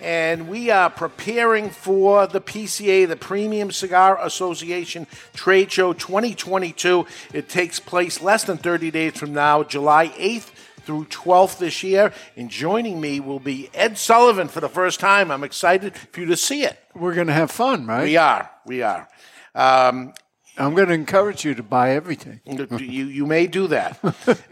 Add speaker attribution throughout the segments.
Speaker 1: And we are preparing for the PCA, the Premium Cigar Association Trade Show 2022. It takes place less than 30 days from now, July 8th through 12th this year. And joining me will be Ed Sullivan for the first time. I'm excited for you to see it.
Speaker 2: We're going to have fun, right?
Speaker 1: We are. We are. Um,
Speaker 2: I'm going to encourage you to buy everything.
Speaker 1: you you may do that.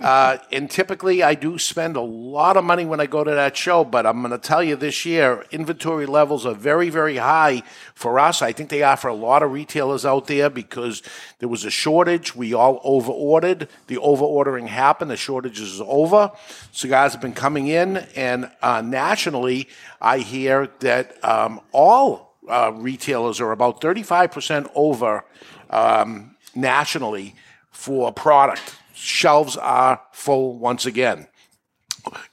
Speaker 1: Uh, and typically, I do spend a lot of money when I go to that show. But I'm going to tell you this year, inventory levels are very very high for us. I think they are for a lot of retailers out there because there was a shortage. We all over ordered. The over ordering happened. The shortage is over. Cigars have been coming in, and uh, nationally, I hear that um, all uh, retailers are about 35% over um, nationally for product. Shelves are full once again,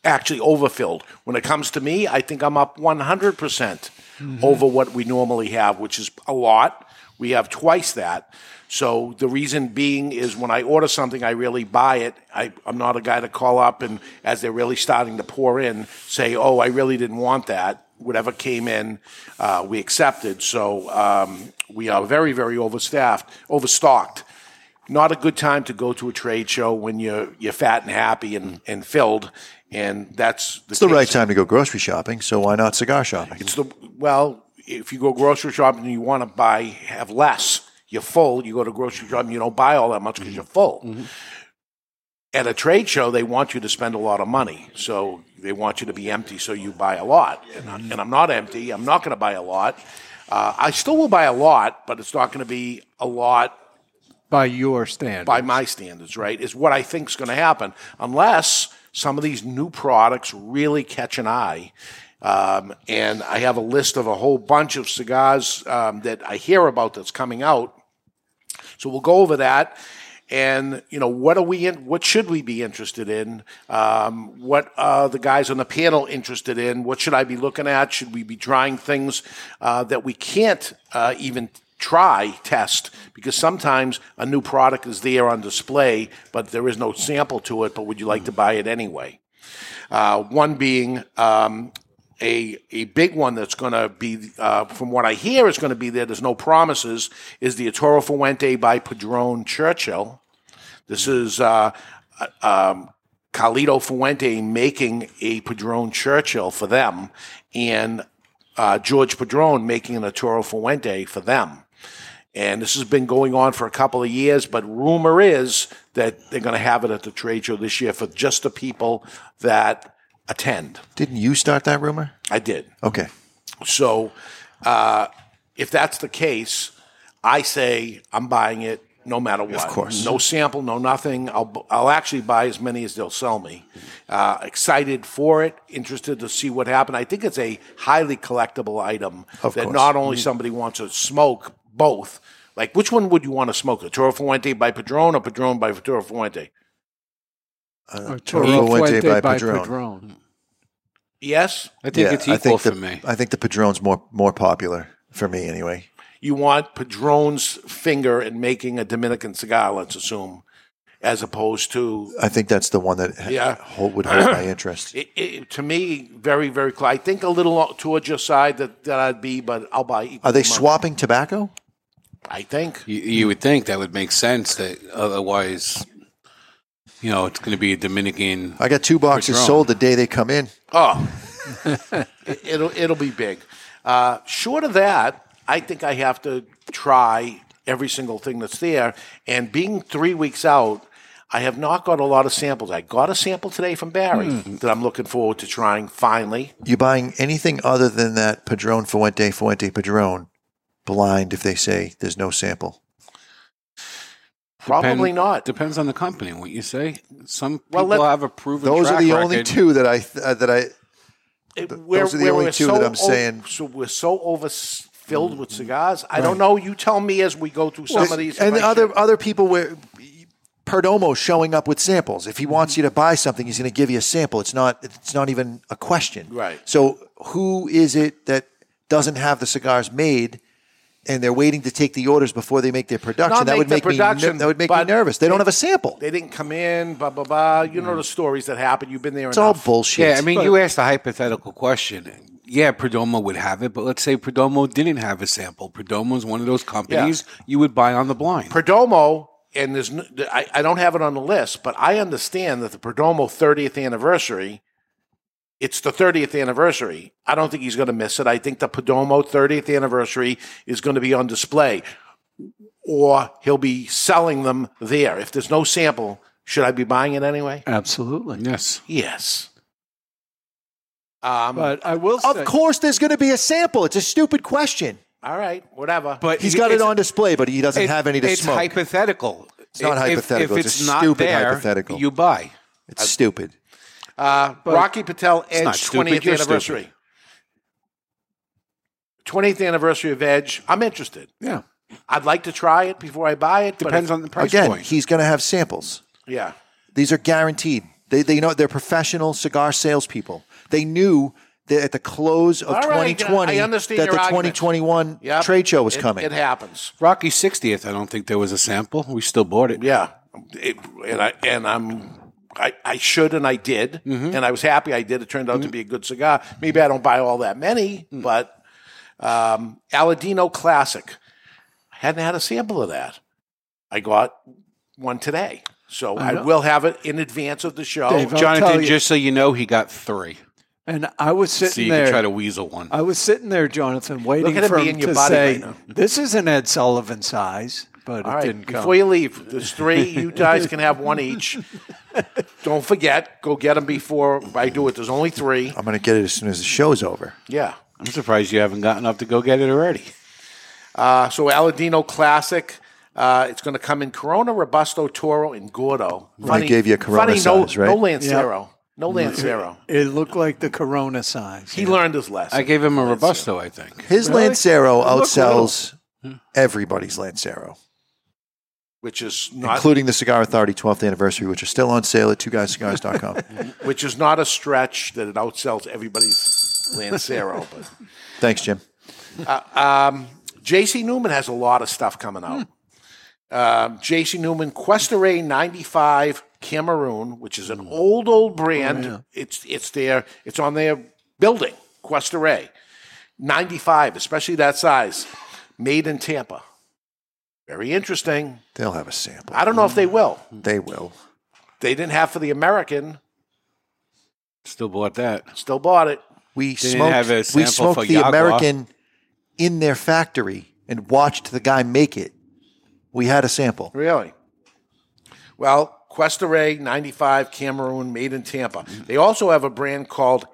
Speaker 1: actually overfilled. When it comes to me, I think I'm up 100% percent over what we normally have, which is a lot. We have twice that. So the reason being is when I order something, I really buy it. I, I'm not a guy to call up and as they're really starting to pour in, say, "Oh, I really didn't want that." Whatever came in, uh, we accepted. So um, we are very, very overstaffed, overstocked. Not a good time to go to a trade show when you're you're fat and happy and, and filled, and that's
Speaker 3: It's the
Speaker 1: case.
Speaker 3: right time to go grocery shopping, so why not cigar shopping?
Speaker 1: It's the well, if you go grocery shopping and you want to buy have less, you're full. You go to grocery shopping, you don't buy all that much because
Speaker 3: Mm-hmm.
Speaker 1: you're full. At a trade show, they want you to spend a lot of money, so they want you to be empty, so you buy a lot. And, I, and I'm not empty. I'm not going to buy a lot. Uh, I still will buy a lot, but it's not going to be a lot
Speaker 2: By your standard.
Speaker 1: by my standards, right, is what I think is going to happen, unless some of these new products really catch an eye. Um, and I have a list of a whole bunch of cigars um, that I hear about that's coming out. So we'll go over that. And you know what are we in? What should we be interested in? Um, what are the guys on the panel interested in? What should I be looking at? Should we be trying things uh, that we can't uh, even try test? Because sometimes a new product is there on display, but there is no sample to it. But would you like to buy it anyway? Uh, one being um, a a big one that's going to be, uh, from what I hear, is going to be there. There's no promises. Is the Toro Fuente by Padron Churchill? This is uh, uh, um, Carlito Fuente making a Padron Churchill for them, and uh, George Padron making an Toro Fuente for them. And this has been going on for a couple of years, but rumor is that they're going to have it at the trade show this year for just the people that attend.
Speaker 3: Didn't you start that rumor?
Speaker 1: I did.
Speaker 3: Okay.
Speaker 1: So, uh, if that's the case, I say I'm buying it no matter what. Of
Speaker 3: course.
Speaker 1: no sample, no nothing. I'll bu- I'll actually buy as many as they'll sell me. Uh, excited for it. Interested to see what happened. I think it's a highly collectible item that
Speaker 3: course. Mm-hmm.
Speaker 1: not only somebody wants to smoke both. Like, which one would you want to smoke? A Toro Fuente by Padron or Padron by Toro Fuente?
Speaker 2: Or
Speaker 3: Toro
Speaker 2: Toro
Speaker 3: Fuente by Padron.
Speaker 2: Padron.
Speaker 1: Yes,
Speaker 4: I think
Speaker 3: Yeah,
Speaker 4: it's equal
Speaker 3: I think
Speaker 4: for
Speaker 3: the,
Speaker 4: me.
Speaker 3: I think the Padron's more more popular for me anyway.
Speaker 1: you want Padron's finger in making a Dominican cigar. Let's assume, as opposed to
Speaker 3: I think that's the one that
Speaker 1: Yeah.
Speaker 3: hold, would hold my interest.
Speaker 1: It, it, to me, very, very close. I think a little towards your side that, that I'd be, but I'll buy. equal
Speaker 3: Are they
Speaker 1: amount.
Speaker 3: swapping tobacco?
Speaker 1: I think.
Speaker 4: You, you would think that would make sense. That otherwise, you know, it's going to be a Dominican.
Speaker 3: I got two boxes
Speaker 4: Patron.
Speaker 3: sold the day they come in.
Speaker 1: Oh, It- it'll it'll be big. Uh, short of that, I think I have to try every single thing that's there. And being three weeks out, I have not got a lot of samples. I got a sample today from Barry
Speaker 3: Hmm.
Speaker 1: that I'm looking forward to trying finally.
Speaker 3: You buying anything other than that Padron Fuente Fuente Padron blind if they say there's no sample?
Speaker 1: Probably
Speaker 4: Depend-
Speaker 1: not.
Speaker 4: Depends on the company, what you say. Some people
Speaker 1: Well, let-
Speaker 4: have a proven.
Speaker 3: Those are
Speaker 4: track
Speaker 3: the only
Speaker 4: record.
Speaker 3: two that I th- uh, that I
Speaker 1: It-
Speaker 3: Th-
Speaker 1: we're-
Speaker 3: those are the
Speaker 1: we're-
Speaker 3: only
Speaker 1: we're
Speaker 3: two that I'm saying. Mm-hmm.
Speaker 1: So we're so overfilled with cigars. I don't know. You tell me as we go through some of these.
Speaker 3: and
Speaker 1: if I
Speaker 3: other
Speaker 1: should-
Speaker 3: other people where Perdomo showing up with samples. If he wants you to buy something, he's going to give you a sample. It's not it's not even a question.
Speaker 1: Right.
Speaker 3: So who is it that doesn't have the cigars made? And they're waiting to take the orders before they make their production.
Speaker 1: Not
Speaker 3: that
Speaker 1: make
Speaker 3: would
Speaker 1: the
Speaker 3: make me
Speaker 1: production,
Speaker 3: ner- that would make me
Speaker 1: but
Speaker 3: nervous. They, don't
Speaker 1: they-
Speaker 3: have a sample.
Speaker 1: They didn't come in. Blah blah blah. You know the stories that happen. You've been there.
Speaker 3: Mm-hmm. it's all
Speaker 1: enough.
Speaker 3: bullshit.
Speaker 4: Yeah, I mean, you asked a hypothetical question. Yeah, Perdomo would have it, but let's say Perdomo didn't have a sample. Perdomo's one of those companies you would buy on the blind.
Speaker 1: Perdomo, and there's no, I, I don't have it on the list, but I understand that the Perdomo 30th anniversary, it's the 30th anniversary. I don't think he's going to miss it. I think the Perdomo 30th anniversary is going to be on display, or he'll be selling them there. If there's no sample, should I be buying it anyway?
Speaker 2: Absolutely.
Speaker 4: yes.
Speaker 1: Yes. Um,
Speaker 2: But I will say,
Speaker 3: of course, there's going to be a sample. It's a stupid question.
Speaker 1: all right, whatever.
Speaker 4: But
Speaker 3: He's got it on display, but he doesn't
Speaker 4: It-
Speaker 3: have any to
Speaker 4: it's
Speaker 3: smoke.
Speaker 4: hypothetical. It's
Speaker 3: not hypothetical,
Speaker 4: If,
Speaker 3: it's a
Speaker 4: not
Speaker 3: stupid
Speaker 4: there,
Speaker 3: hypothetical.
Speaker 4: You buy.
Speaker 3: it's stupid.
Speaker 1: Uh, Rocky Patel
Speaker 4: not
Speaker 1: Edge
Speaker 4: stupid,
Speaker 1: twentieth
Speaker 4: you're
Speaker 1: anniversary. Twentieth anniversary of Edge. I'm interested.
Speaker 4: Yeah.
Speaker 1: I'd like to try it before I buy it. but
Speaker 4: Depends
Speaker 1: if-
Speaker 4: on the price
Speaker 3: Again,
Speaker 4: point.
Speaker 3: he's going to have samples.
Speaker 1: yeah.
Speaker 3: These are guaranteed. They, they know they're professional cigar salespeople. They knew that at the close of
Speaker 1: All right,
Speaker 3: 2020
Speaker 1: I
Speaker 3: that
Speaker 1: understand
Speaker 3: the
Speaker 1: your argument.
Speaker 3: 2021
Speaker 1: Yep.
Speaker 3: trade show was
Speaker 1: It-
Speaker 3: coming.
Speaker 1: It happens.
Speaker 4: Rocky 60th, I don't think there was a sample. We still bought it.
Speaker 1: Yeah. It- and I and I'm I, I should and I did
Speaker 2: Mm-hmm.
Speaker 1: and I was happy I did. It turned out to be a good cigar. Maybe I don't buy all that many,
Speaker 2: Mm.
Speaker 1: but um, Aladino Classic. I hadn't had a sample of that. I got one today, so I, will have it in advance of the show.
Speaker 2: Dave, oh, I'll tell
Speaker 4: Jonathan,
Speaker 2: you-
Speaker 4: just so you know, he got three.
Speaker 2: and I was sitting
Speaker 4: So you
Speaker 2: there.
Speaker 4: can try to weasel one.
Speaker 2: I was sitting there, Jonathan, waiting
Speaker 1: at it
Speaker 2: for
Speaker 1: being
Speaker 2: him
Speaker 1: your
Speaker 2: to
Speaker 1: body
Speaker 2: say,
Speaker 1: right now.
Speaker 2: "This is an Ed Sullivan size," but
Speaker 1: All
Speaker 2: it
Speaker 1: right,
Speaker 2: didn't come.
Speaker 1: before you leave, there's three. You guys can have one each. Don't forget, go get them before I do it. There's only three.
Speaker 3: I'm going to get it as soon as the show's over.
Speaker 1: Yeah.
Speaker 4: I'm surprised you haven't gotten up to go get it already.
Speaker 1: Uh, so Aladino Classic. Uh, it's going to come in Corona, Robusto, Toro, and Gordo.
Speaker 3: I gave you a Corona
Speaker 1: funny, no,
Speaker 3: size, right? Mm-hmm.
Speaker 1: No Lancero. No Lancero.
Speaker 2: it looked like the Corona size.
Speaker 1: He learned his lesson.
Speaker 4: I gave him a Robusto, I think.
Speaker 3: His
Speaker 2: Really?
Speaker 3: Lancero
Speaker 2: It looked
Speaker 3: outsells everybody's Lancero,
Speaker 1: which is not
Speaker 3: including the Cigar Authority 12th anniversary, which are still on sale at twoguyscigars.com.
Speaker 1: which is not a stretch that it outsells everybody's Lancero. But
Speaker 3: Thanks, Jim.
Speaker 1: J.C. Newman has a lot of stuff coming out. Um, J.C. Newman Questore 95 Cameroon, which is an old old brand. It's it's their it's on their building. Questore 95, especially that size, made in Tampa. Very interesting.
Speaker 3: They'll have a sample.
Speaker 1: I don't know if they will.
Speaker 3: They will.
Speaker 1: They didn't have for the American.
Speaker 4: Still bought that.
Speaker 1: Still bought it.
Speaker 3: We
Speaker 4: didn't
Speaker 3: smoked,
Speaker 4: have a
Speaker 3: we
Speaker 4: sample
Speaker 3: smoked
Speaker 4: for
Speaker 3: the
Speaker 4: Yagua.
Speaker 3: American in their factory and watched the guy make it. We had a sample.
Speaker 1: Really? Well, Quest Array 95 Cameroon, made in Tampa.
Speaker 3: Mm-hmm.
Speaker 1: They also have a brand called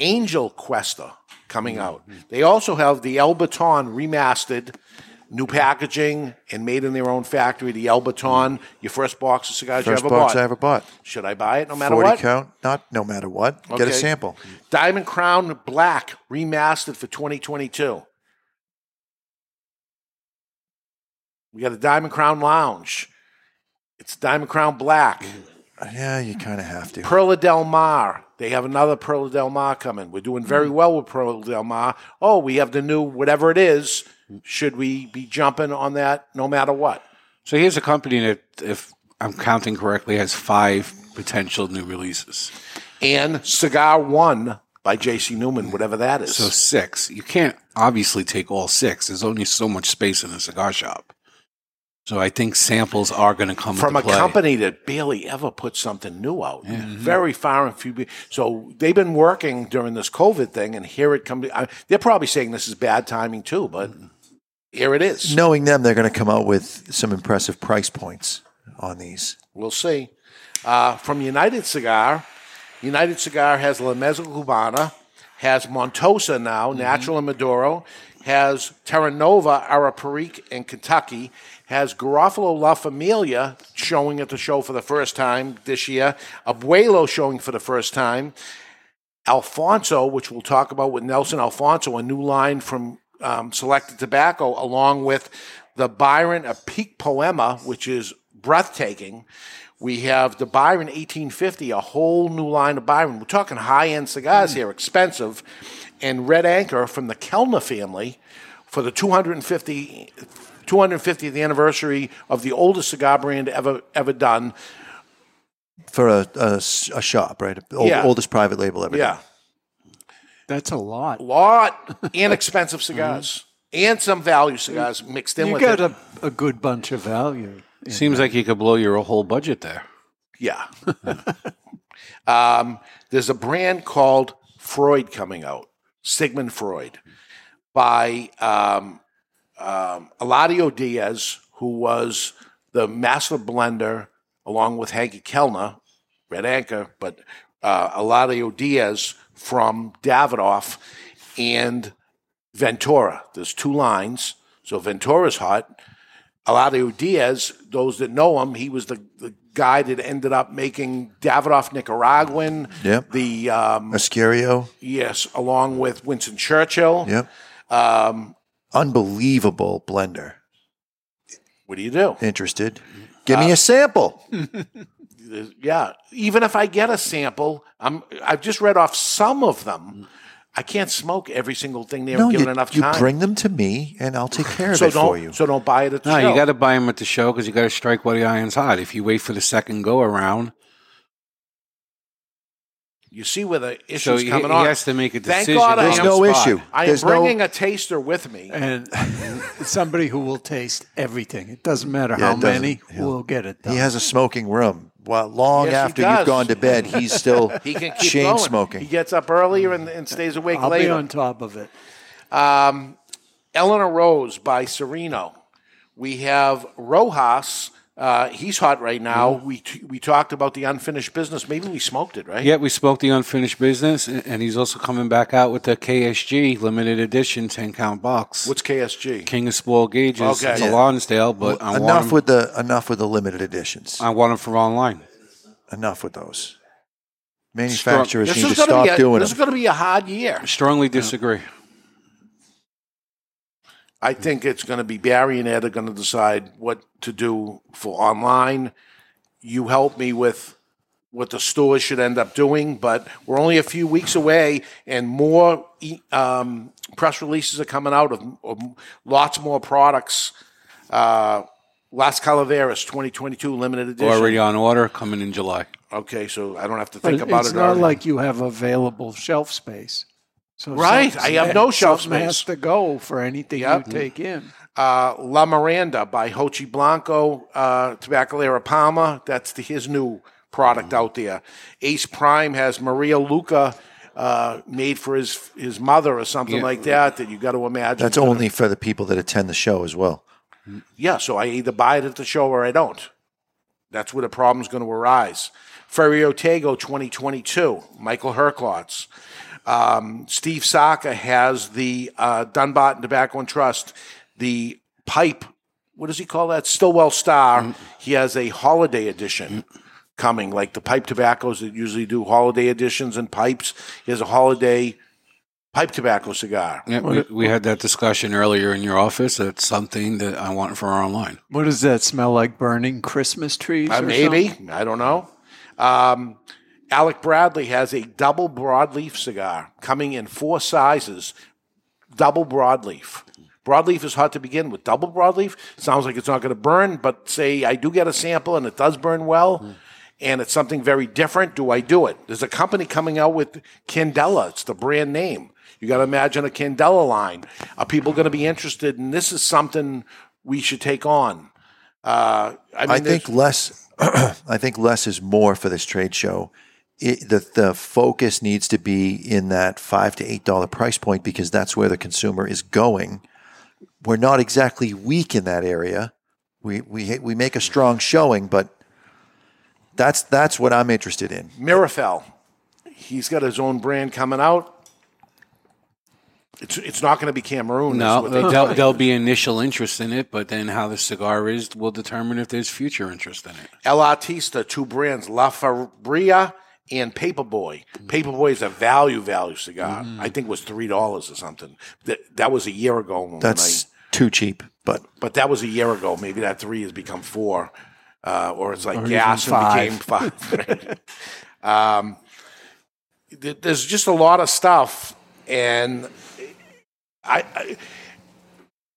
Speaker 1: Angel Questa coming out.
Speaker 3: Mm-hmm.
Speaker 1: They also have the El Baton remastered, new packaging, and made in their own factory. The El Baton, your first box of cigars
Speaker 3: First
Speaker 1: you ever
Speaker 3: box
Speaker 1: bought.
Speaker 3: I ever bought.
Speaker 1: Should I buy it no matter
Speaker 3: 40
Speaker 1: what?
Speaker 3: count, not no matter what. Get a
Speaker 1: Okay.
Speaker 3: sample.
Speaker 1: Diamond Crown Black remastered for 2022. We got a Diamond Crown Lounge. It's Diamond Crown Black.
Speaker 3: Yeah, you kind of have to.
Speaker 1: Perla Del Mar. They have another Perla Del Mar coming. We're doing very well with Perla Del Mar. Oh, we have the new whatever it is. Should we be jumping on that no matter what?
Speaker 4: So here's a company that, if I'm counting correctly, has five potential new releases.
Speaker 1: And Cigar One by J.C. Newman, whatever that is.
Speaker 4: So six. You can't obviously take all six. There's only so much space in a cigar shop. So I think samples are going to come
Speaker 1: from
Speaker 4: into
Speaker 1: a
Speaker 4: play.
Speaker 1: company that barely ever puts something new out. Mm-hmm. Very far and few. be- So they've been working during this COVID thing, and here it comes. I- They're probably saying this is bad timing too, but
Speaker 4: Mm-hmm.
Speaker 1: here it is.
Speaker 3: Knowing them, they're going to come out with some impressive price points on these.
Speaker 1: We'll see. Uh, from United Cigar, United Cigar has La Mesa Cubana, has Montosa now, Natural and Maduro, has Terranova, Araparique, and Kentucky, has Garofalo La Familia showing at the show for the first time this year, Abuelo showing for the first time, Alfonso, which we'll talk about with Nelson Alfonso, a new line from um, Selected Tobacco, along with the Byron A Peak Poema, which is breathtaking. We have the Byron 1850, a whole new line of Byron. We're talking high end cigars
Speaker 2: Hmm.
Speaker 1: here, expensive. And Red Anchor from the Kellner family for the 250, 250th anniversary of the oldest cigar brand ever ever done.
Speaker 3: For a, a s- a shop, right? Old,
Speaker 1: Yeah.
Speaker 3: Oldest private label ever.
Speaker 1: Yeah.
Speaker 2: That's a lot.
Speaker 1: lot and expensive cigars and some value cigars mixed in
Speaker 2: Mm-hmm. You
Speaker 1: with
Speaker 2: got
Speaker 1: it.
Speaker 2: a, a good bunch of value.
Speaker 4: Seems like you could blow your whole budget there.
Speaker 1: yeah. um, there's a brand called Freud coming out, Sigmund Freud, by um, um, Eladio Diaz, who was the master blender along with Hanky Kellner, Red Anchor, but uh, Eladio Diaz from Davidoff and Ventura. There's two lines. So Ventura's hot. Eladio Diaz, those that know him, he was the, the guy that ended up making Davidoff Nicaraguan.
Speaker 3: Yep.
Speaker 1: The um,
Speaker 3: Ascario.
Speaker 1: yes, along with Winston Churchill.
Speaker 3: Yep.
Speaker 1: Um,
Speaker 3: Unbelievable blender.
Speaker 1: what do you do?
Speaker 3: Interested?
Speaker 1: Uh,
Speaker 3: Give me a sample.
Speaker 1: yeah, even if I get a sample, I'm I've just read off some of them. I can't smoke every single thing they
Speaker 3: No,
Speaker 1: were given
Speaker 3: you,
Speaker 1: enough
Speaker 3: you
Speaker 1: time.
Speaker 3: bring them to me, and I'll take care of
Speaker 1: so
Speaker 3: it
Speaker 1: don't
Speaker 3: for you.
Speaker 1: so don't buy it at the
Speaker 4: No,
Speaker 1: show.
Speaker 4: you got to buy them at the show because you got to strike while the iron's hot. If you wait for the second go around,
Speaker 1: You see where the issue's
Speaker 4: so he, he
Speaker 1: coming on.
Speaker 4: has to make a decision.
Speaker 1: Thank God I
Speaker 3: There's
Speaker 1: am-
Speaker 3: no
Speaker 4: on the
Speaker 3: issue.
Speaker 4: spot.
Speaker 1: I am
Speaker 3: There's no-
Speaker 1: bringing a taster with me.
Speaker 2: And somebody who will taste everything. It doesn't matter
Speaker 3: Yeah,
Speaker 2: how
Speaker 3: it doesn't-
Speaker 2: many,
Speaker 3: yeah.
Speaker 2: will get it done.
Speaker 3: He has a smoking room. Well, long
Speaker 1: Yes, he
Speaker 3: after
Speaker 1: does.
Speaker 3: you've gone to bed, he's still
Speaker 1: He can keep
Speaker 3: chain
Speaker 1: going.
Speaker 3: smoking.
Speaker 1: He gets up earlier and, and stays awake
Speaker 2: I'll be
Speaker 1: later.
Speaker 2: on top of it.
Speaker 1: Um, Eleanor Rose by Sereno. We have Rojas. Uh, he's hot right now. We t- we talked about the unfinished business. Maybe we smoked it, right?
Speaker 4: Yeah, we spoke the unfinished business, and and he's also coming back out with the KSG limited edition ten count box.
Speaker 1: What's KSG?
Speaker 4: King of Spoil Gauges?
Speaker 1: Okay.
Speaker 4: It's a Lonsdale, but I want
Speaker 3: enough
Speaker 4: him,
Speaker 3: with the enough with the limited editions.
Speaker 1: Um,
Speaker 4: I want him for online.
Speaker 3: enough with those. Manufacturers
Speaker 1: This
Speaker 3: need to
Speaker 1: is going
Speaker 3: stop
Speaker 1: to be a,
Speaker 3: doing
Speaker 1: this is
Speaker 3: them.
Speaker 1: going to be a hard year.
Speaker 4: Strongly disagree.
Speaker 1: I think it's going to be Barry and Ed are going to decide what to do for online. You help me with what the stores should end up doing, but we're only a few weeks away, and more e- um, press releases are coming out of, of lots more products. Uh, Las Calaveras 2022 limited edition.
Speaker 4: Oh, Already on order, coming in July.
Speaker 1: Okay, so I don't have to
Speaker 2: But
Speaker 1: think about
Speaker 2: it's
Speaker 1: it.
Speaker 2: not
Speaker 1: already.
Speaker 2: like you have available shelf space. So
Speaker 1: Right,
Speaker 2: something-
Speaker 1: I have no shelf
Speaker 2: something
Speaker 1: space.
Speaker 2: has to go for anything
Speaker 1: Yep.
Speaker 2: you take in.
Speaker 1: uh, La Miranda by Hochi Blanco, uh, Tabacalera Palma. That's the, his new product
Speaker 3: Mm-hmm.
Speaker 1: out there. Ace Prime has Maria Luca uh, made for his his mother or something like that. That you got to imagine.
Speaker 3: That's only for the people that attend the show as well.
Speaker 1: yeah. So I either buy it at the show or I don't. That's where the problem's going to arise. Ferry Otego 2022, Michael Herklotz. Um, Steve Saka has the uh, Dunbarton Tobacco and Trust, the pipe, what does he call that? Stillwell Star. He has a holiday edition coming, like the pipe tobaccos that usually do holiday editions and pipes. He has a holiday pipe tobacco cigar.
Speaker 4: Yeah, we, we had that discussion earlier in your office. That's something that I want for online.
Speaker 2: What does that smell like? Burning Christmas trees?
Speaker 1: Uh,
Speaker 2: or
Speaker 1: maybe
Speaker 2: something?
Speaker 1: I don't know. Um, Alec Bradley has a double broadleaf cigar coming in four sizes. Double broadleaf. Broadleaf is hot to begin with. Double broadleaf sounds like it's not going to burn, but say I do get a sample and it does burn well, and it's something very different. Do I do it? There's a company coming out with Candela. It's the brand name. You got to imagine a Candela line. Are people going to be interested? And this is something we should take on. Uh, I mean,
Speaker 3: I
Speaker 1: there's-
Speaker 3: think less. I think less is more for this trade show. It, the the focus needs to be in that five to eight dollar price point because that's where the consumer is going. We're not exactly weak in that area. We we we make a strong showing, but that's that's what I'm interested in.
Speaker 1: Mm, Mirafel. He's got his own brand coming out. It's it's not going to be Cameroon. is
Speaker 4: No,
Speaker 1: what they tell
Speaker 4: uh, there'll,
Speaker 1: me.
Speaker 4: there'll be initial interest in it, but then how the cigar is will determine if there's future interest in it.
Speaker 1: El Artista, two brands, La Fabria and Paperboy.
Speaker 4: Mm.
Speaker 1: Paperboy is a value value cigar. I think it was three dollars or something. That that was a year ago. When
Speaker 3: That's
Speaker 1: I,
Speaker 3: too cheap, but
Speaker 1: but that was a year ago. Maybe that three has become four, uh, or it's like
Speaker 2: Or
Speaker 1: gas
Speaker 2: even
Speaker 1: and became five. um, th- there's just a lot of stuff, and I, I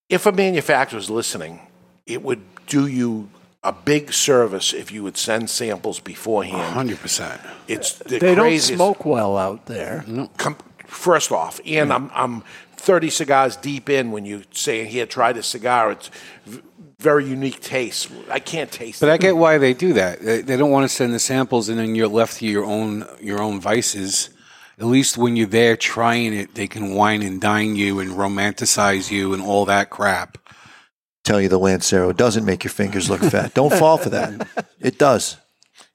Speaker 1: if a manufacturer's listening, it would do you a big service if you would send samples beforehand.
Speaker 4: Hundred percent.
Speaker 1: It's the
Speaker 2: They don't
Speaker 1: craziest-
Speaker 2: smoke well out there.
Speaker 1: com- first off, and I'm I'm 30 cigars deep in when you say here try this cigar. It's v- very unique taste. I can't taste
Speaker 4: But
Speaker 1: it.
Speaker 4: I get why they do that. They, they don't want to send the samples, and then you're left to your own your own vices. At least when you're there trying it, they can wine and dine you and romanticize you and all that crap.
Speaker 3: tell you the Lancero doesn't make your fingers look fat. Don't fall for that. It does.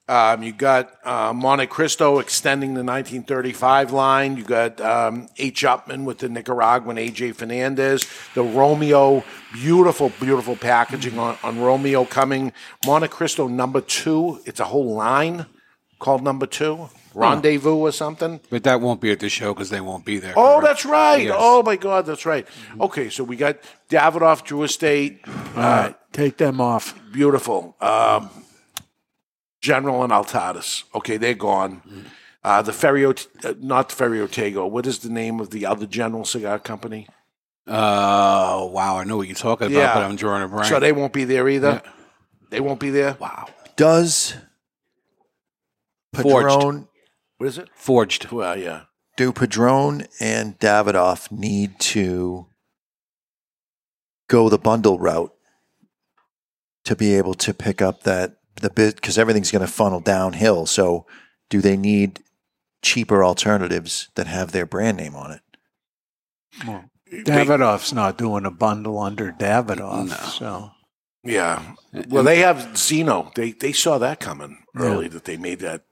Speaker 1: Um, you got uh, Monte Cristo extending the 1935 line. You got um, H. Upman with the Nicaraguan A.J. Fernandez. The Romeo, beautiful, beautiful packaging on, on Romeo coming. Monte Cristo number two. It's a whole line called number two.
Speaker 4: Hmm.
Speaker 1: Rendezvous or something.
Speaker 4: But that won't be at the show because they won't be there.
Speaker 1: Oh,
Speaker 4: correct?
Speaker 1: that's right.
Speaker 4: Yes.
Speaker 1: Oh my God, that's right. Okay, so we got Davidoff, Drew Estate,
Speaker 2: Uh, take them off.
Speaker 1: beautiful. Um, General and Altadis. Okay, they're gone. Uh, the Ferrio, uh, not the Ferriotego. What is the name of the other General Cigar Company?
Speaker 4: Uh, wow, I know what you're talking about,
Speaker 1: Yeah.
Speaker 4: but I'm drawing a blank.
Speaker 1: So they won't be there either. They won't be there.
Speaker 4: wow,
Speaker 3: Does
Speaker 4: Forged.
Speaker 3: Padron
Speaker 1: What is it?
Speaker 4: forged.
Speaker 1: Well, yeah.
Speaker 3: do Padron and Davidoff need to go the bundle route to be able to pick up that the bid because everything's going to funnel downhill. So, do they need cheaper alternatives that have their brand name on it?
Speaker 2: Davidoff's not doing a bundle under Davidoff. So
Speaker 1: Yeah. Well, they have Zeno. They they saw that coming early that they made that.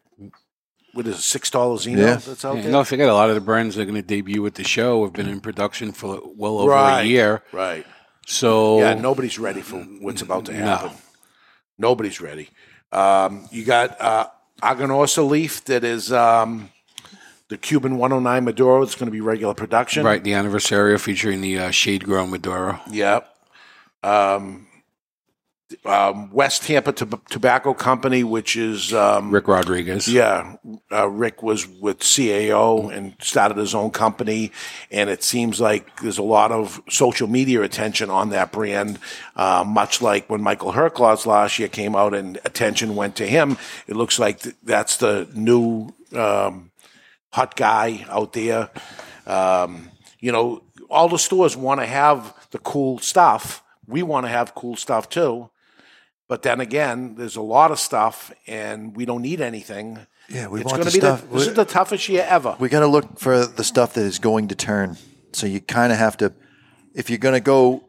Speaker 1: What is it, six dollars Zeno?
Speaker 3: Yeah.
Speaker 1: That's out
Speaker 4: Yeah,
Speaker 1: there.
Speaker 4: don't forget, a lot of the brands that are going to debut at the show have been in production for well over
Speaker 1: Right.
Speaker 4: a year.
Speaker 1: Right.
Speaker 4: So
Speaker 1: Yeah, nobody's ready for what's about to
Speaker 4: No.
Speaker 1: happen. Nobody's ready. Um, you got uh, Agonosa Leaf that is um, the Cuban 109 Maduro that's going to be regular production.
Speaker 4: right, the anniversario featuring the uh, shade grown Maduro.
Speaker 1: Yep. Um, um, West Tampa Tob- Tobacco Company, which is um,
Speaker 4: Rick Rodriguez.
Speaker 1: Yeah, uh, Rick was with CAO and started his own company, and it seems like there's a lot of social media attention on that brand. Uh, much like when Michael Herklaus last year came out and attention went to him, it looks like th- that's the new um, hot guy out there. Um, you know, all the stores want to have the cool stuff. We want to have cool stuff too. But then again, there's a lot of stuff, and we don't need anything.
Speaker 3: Yeah, we
Speaker 1: it's
Speaker 3: want
Speaker 1: gonna
Speaker 3: the
Speaker 1: be
Speaker 3: stuff.
Speaker 1: The, this is the toughest year ever.
Speaker 3: we got to look for the stuff that is going to turn. So you kind of have to, if you're going to go,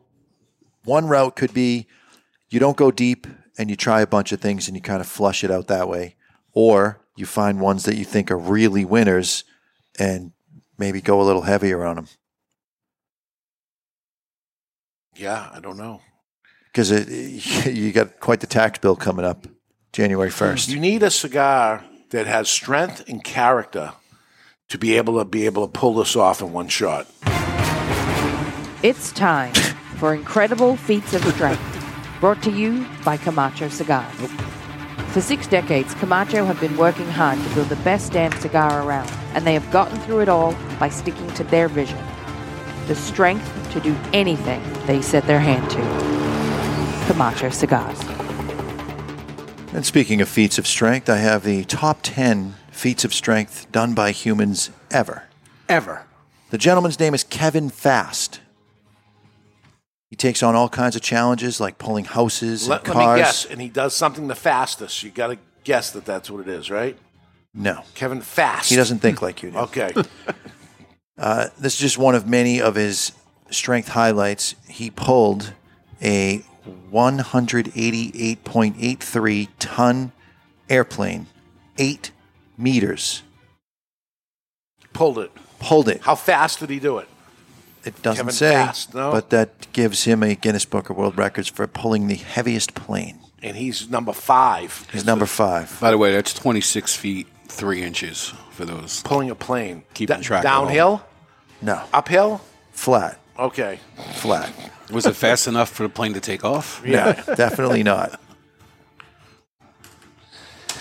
Speaker 3: one route could be you don't go deep and you try a bunch of things and you kind of flush it out that way, or you find ones that you think are really winners and maybe go a little heavier on them
Speaker 1: yeah, I don't know.
Speaker 3: because you got quite the tax bill coming up January first.
Speaker 1: You need a cigar that has strength and character to be able to be able to pull this off in one shot.
Speaker 5: It's time for Incredible Feats of Strength, brought to you by Camacho Cigars. For six decades, Camacho have been working hard to build the best damn cigar around, and they have gotten through it all by sticking to their vision the strength to do anything they set their hand to. Camacho Cigars.
Speaker 3: And speaking of feats of strength, I have the top ten feats of strength done by humans ever.
Speaker 2: ever.
Speaker 3: The gentleman's name is Kevin Fast. He takes on all kinds of challenges like pulling houses
Speaker 1: Let,
Speaker 3: and
Speaker 1: let
Speaker 3: cars.
Speaker 1: me guess. And he does something the fastest. You got to guess that that's what it is, right?
Speaker 3: No,
Speaker 1: Kevin Fast.
Speaker 3: he doesn't think like you do.
Speaker 1: Okay.
Speaker 3: Uh, this is just one of many of his strength highlights. He pulled a 188.83 ton airplane, eight meters.
Speaker 1: Pulled it.
Speaker 3: Pulled it.
Speaker 1: How fast did he do it?
Speaker 3: It doesn't
Speaker 1: Kevin
Speaker 3: say,
Speaker 1: Fast, no?
Speaker 3: but that gives him a Guinness Book of World Records for pulling the heaviest plane.
Speaker 1: And he's number five.
Speaker 3: He's number five.
Speaker 4: By the way, that's 26 feet, 3 inches for those.
Speaker 1: Pulling a plane.
Speaker 4: Keeping track of all.
Speaker 1: Downhill?
Speaker 3: No,
Speaker 1: Uphill?
Speaker 3: flat,
Speaker 1: Okay.
Speaker 3: flat.
Speaker 4: Was it fast enough for the plane to take off?
Speaker 1: Yeah.
Speaker 3: No, definitely not.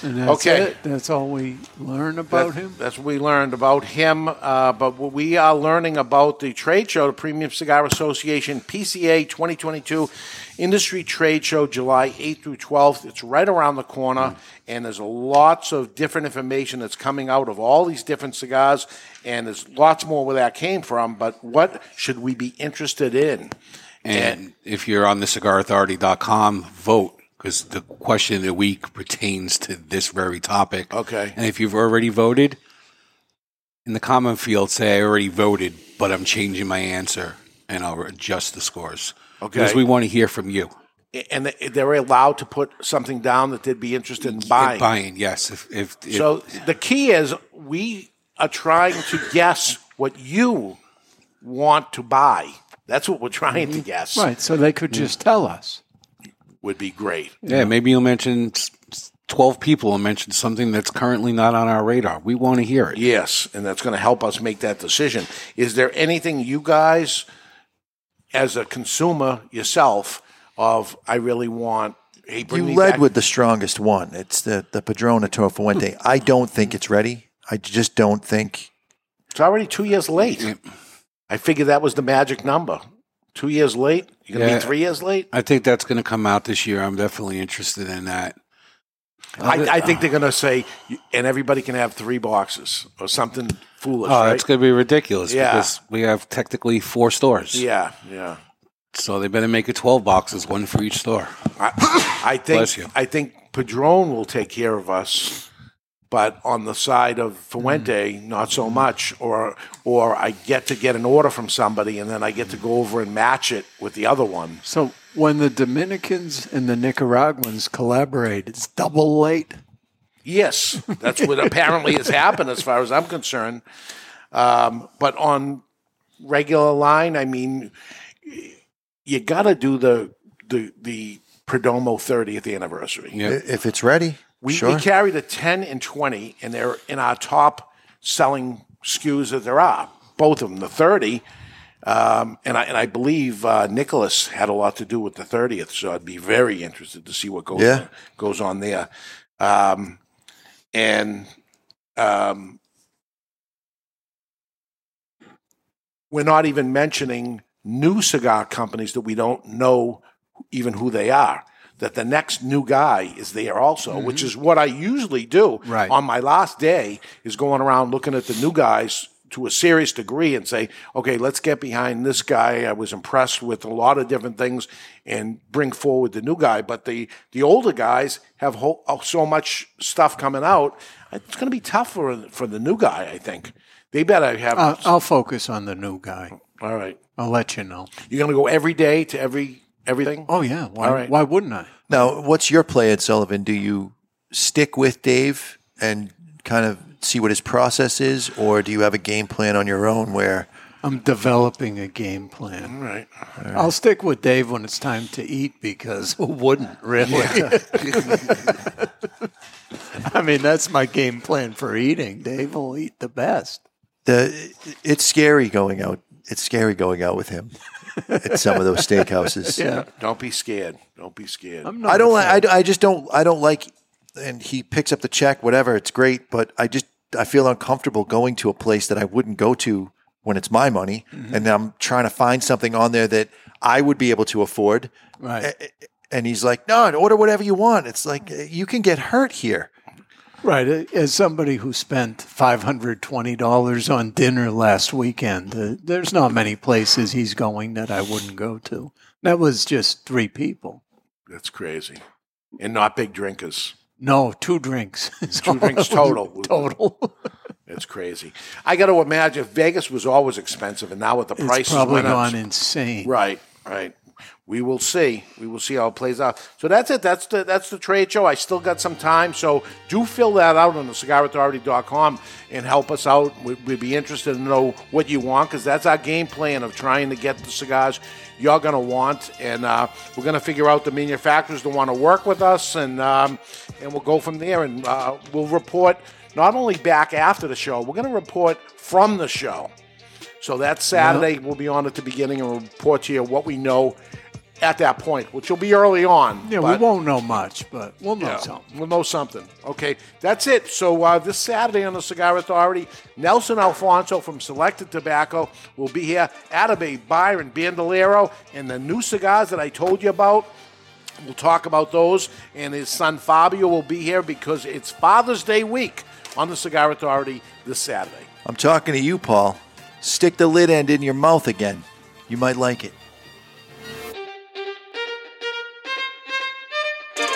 Speaker 2: And that's
Speaker 1: Okay.
Speaker 2: it. That's all we learn about
Speaker 1: That-
Speaker 2: him.
Speaker 1: That's what we learned about him. Uh, but what we are learning about the trade show, the Premium Cigar Association PCA 2022 Industry Trade Show, July 8th through 12th. It's right around the corner, and there's lots of different information that's coming out of all these different cigars, and there's lots more where that came from. But what should we be interested in?
Speaker 4: And if you're on the cigarauthority.com, vote because the question of the week pertains to this very topic.
Speaker 1: Okay.
Speaker 4: And if you've already voted, in the comment field, say I already voted, but I'm changing my answer and I'll adjust the scores.
Speaker 1: Okay.
Speaker 4: Because we want to hear from you.
Speaker 1: And they- they're allowed to put something down that they'd be interested in buying.
Speaker 4: Buying, yes. If, if, if
Speaker 1: So the key is we are trying to guess what you want to buy. That's what we're trying
Speaker 3: Mm-hmm.
Speaker 1: to guess.
Speaker 2: Right. So they could just tell us.
Speaker 1: Would be great.
Speaker 4: Yeah, maybe you'll mention s- s- 12 people and mention something that's currently not on our radar. We want to hear it.
Speaker 1: Yes, and that's going to help us make that decision. Is there anything you guys, as a consumer yourself, of I really want? Hey, bring
Speaker 3: You
Speaker 1: me
Speaker 3: led
Speaker 1: back-
Speaker 3: with the strongest one. It's the the Padrona Toro Fuente. I don't think it's ready. I just don't think.
Speaker 1: It's already two years late. I figured that was the magic number. Two years late. You're going to
Speaker 4: Yeah.
Speaker 1: be three years late.
Speaker 4: I think that's going to come out this year. I'm definitely interested in that. Uh,
Speaker 1: I, I think they're going to say, and everybody can have three boxes or something foolish.
Speaker 4: Oh,
Speaker 1: right?
Speaker 4: that's going to be ridiculous
Speaker 1: Yeah.
Speaker 4: because we have technically four stores.
Speaker 1: Yeah, yeah.
Speaker 4: So they better make it 12 boxes, one for each store.
Speaker 1: I, I think
Speaker 4: Bless you.
Speaker 1: I think Padron will take care of us, but on the side of Fuente,
Speaker 4: Hmm.
Speaker 1: not so much. Or or I get to get an order from somebody, and then I get to go over and match it with the other one.
Speaker 2: So when the Dominicans and the Nicaraguans collaborate, it's double late.
Speaker 1: Yes, that's what apparently has happened as far as I'm concerned. Um, but on regular line, I mean, you got to do the the the Perdomo 30th anniversary.
Speaker 4: Yeah.
Speaker 3: I- If it's ready,
Speaker 1: We,
Speaker 3: sure.
Speaker 1: we carry the 10 and 20, and they're in our top selling SKUs that there are, both of them. The 30, um, and, I, and I believe uh, Nicholas had a lot to do with the 30th, so I'd be very interested to see what goes,
Speaker 3: Yeah.
Speaker 1: goes on there. Um, and um, we're not even mentioning new cigar companies that we don't know even who they are. That the next new guy is there also, which is what I usually do
Speaker 2: Mm-hmm. Right.
Speaker 1: on my last day is going around looking at the new guys to a serious degree and say, okay, let's get behind this guy. I was impressed with a lot of different things and bring forward the new guy. But the the older guys have ho- oh, so much stuff coming out. It's going to be tough for for the new guy. I think they better have.
Speaker 2: Uh, I'll focus on the new guy.
Speaker 1: all right.
Speaker 2: I'll let you know.
Speaker 1: You're going to go every day to every everything.
Speaker 2: Oh yeah. Why?
Speaker 1: All right.
Speaker 2: Why wouldn't I?
Speaker 3: Now, what's your play at Sullivan? Do you stick with Dave and kind of see what his process is, or do you have a game plan on your own where
Speaker 2: I'm developing a game plan.
Speaker 1: All right.
Speaker 2: I'll stick with Dave when it's time to eat because who wouldn't really? I mean, that's my game plan for eating. Dave will eat the best.
Speaker 3: the it's scary going out? It's scary going out with him at some of those steakhouses.
Speaker 2: Yeah,
Speaker 1: Don't be scared. Don't be scared.
Speaker 2: I'm not.
Speaker 3: I don't.
Speaker 2: afraid.
Speaker 3: Like, I, I just don't. I don't like. And he picks up the check, whatever. It's great, but I just I feel uncomfortable going to a place that I wouldn't go to when it's my money, and I'm trying to find something on there that I would be able to afford.
Speaker 2: Right.
Speaker 3: And he's like, "No, order whatever you want." It's like eh, you can get hurt here.
Speaker 2: Right. uh, As somebody who spent $520 on dinner last weekend, uh, there's not many places he's going that I wouldn't go to. That was just three people.
Speaker 1: That's crazy. And not big drinkers.
Speaker 2: No, two drinks.
Speaker 1: Two drinks total.
Speaker 2: total.
Speaker 1: It's crazy. I got to imagine if Vegas was always expensive, and now with the
Speaker 2: It's
Speaker 1: prices
Speaker 2: probably
Speaker 1: went up-
Speaker 2: gone insane.
Speaker 1: Right, right. We will see. We will see how it plays out. So that's it. That's the that's the trade show. I still got some time, so do fill that out on the cigarauthority.com and help us out. We- We'd be interested to know what you want because that's our game plan of trying to get the cigars you're going to want, and uh, we're going to figure out the manufacturers that want to work with us, and um, and we'll go from there. And uh, we'll report not only back after the show. We're going to report from the show. So that Saturday, we'll be on at the beginning and report to you what we know at that point, which will be early on.
Speaker 2: Yeah,
Speaker 1: but
Speaker 2: we won't know much, but we'll know
Speaker 1: yeah,
Speaker 2: something.
Speaker 1: We'll know something. Okay, that's it. So uh, this Saturday on the Cigar Authority, Nelson Alfonso from Selected Tobacco will be here. Atabey, Byron, Bandolero, and the new cigars that I told you about. We'll talk about those. And his son Fabio will be here because it's Father's Day week on the Cigar Authority this Saturday.
Speaker 6: I'm talking to you, Paul. Stick the lid end in your mouth again. You might like it.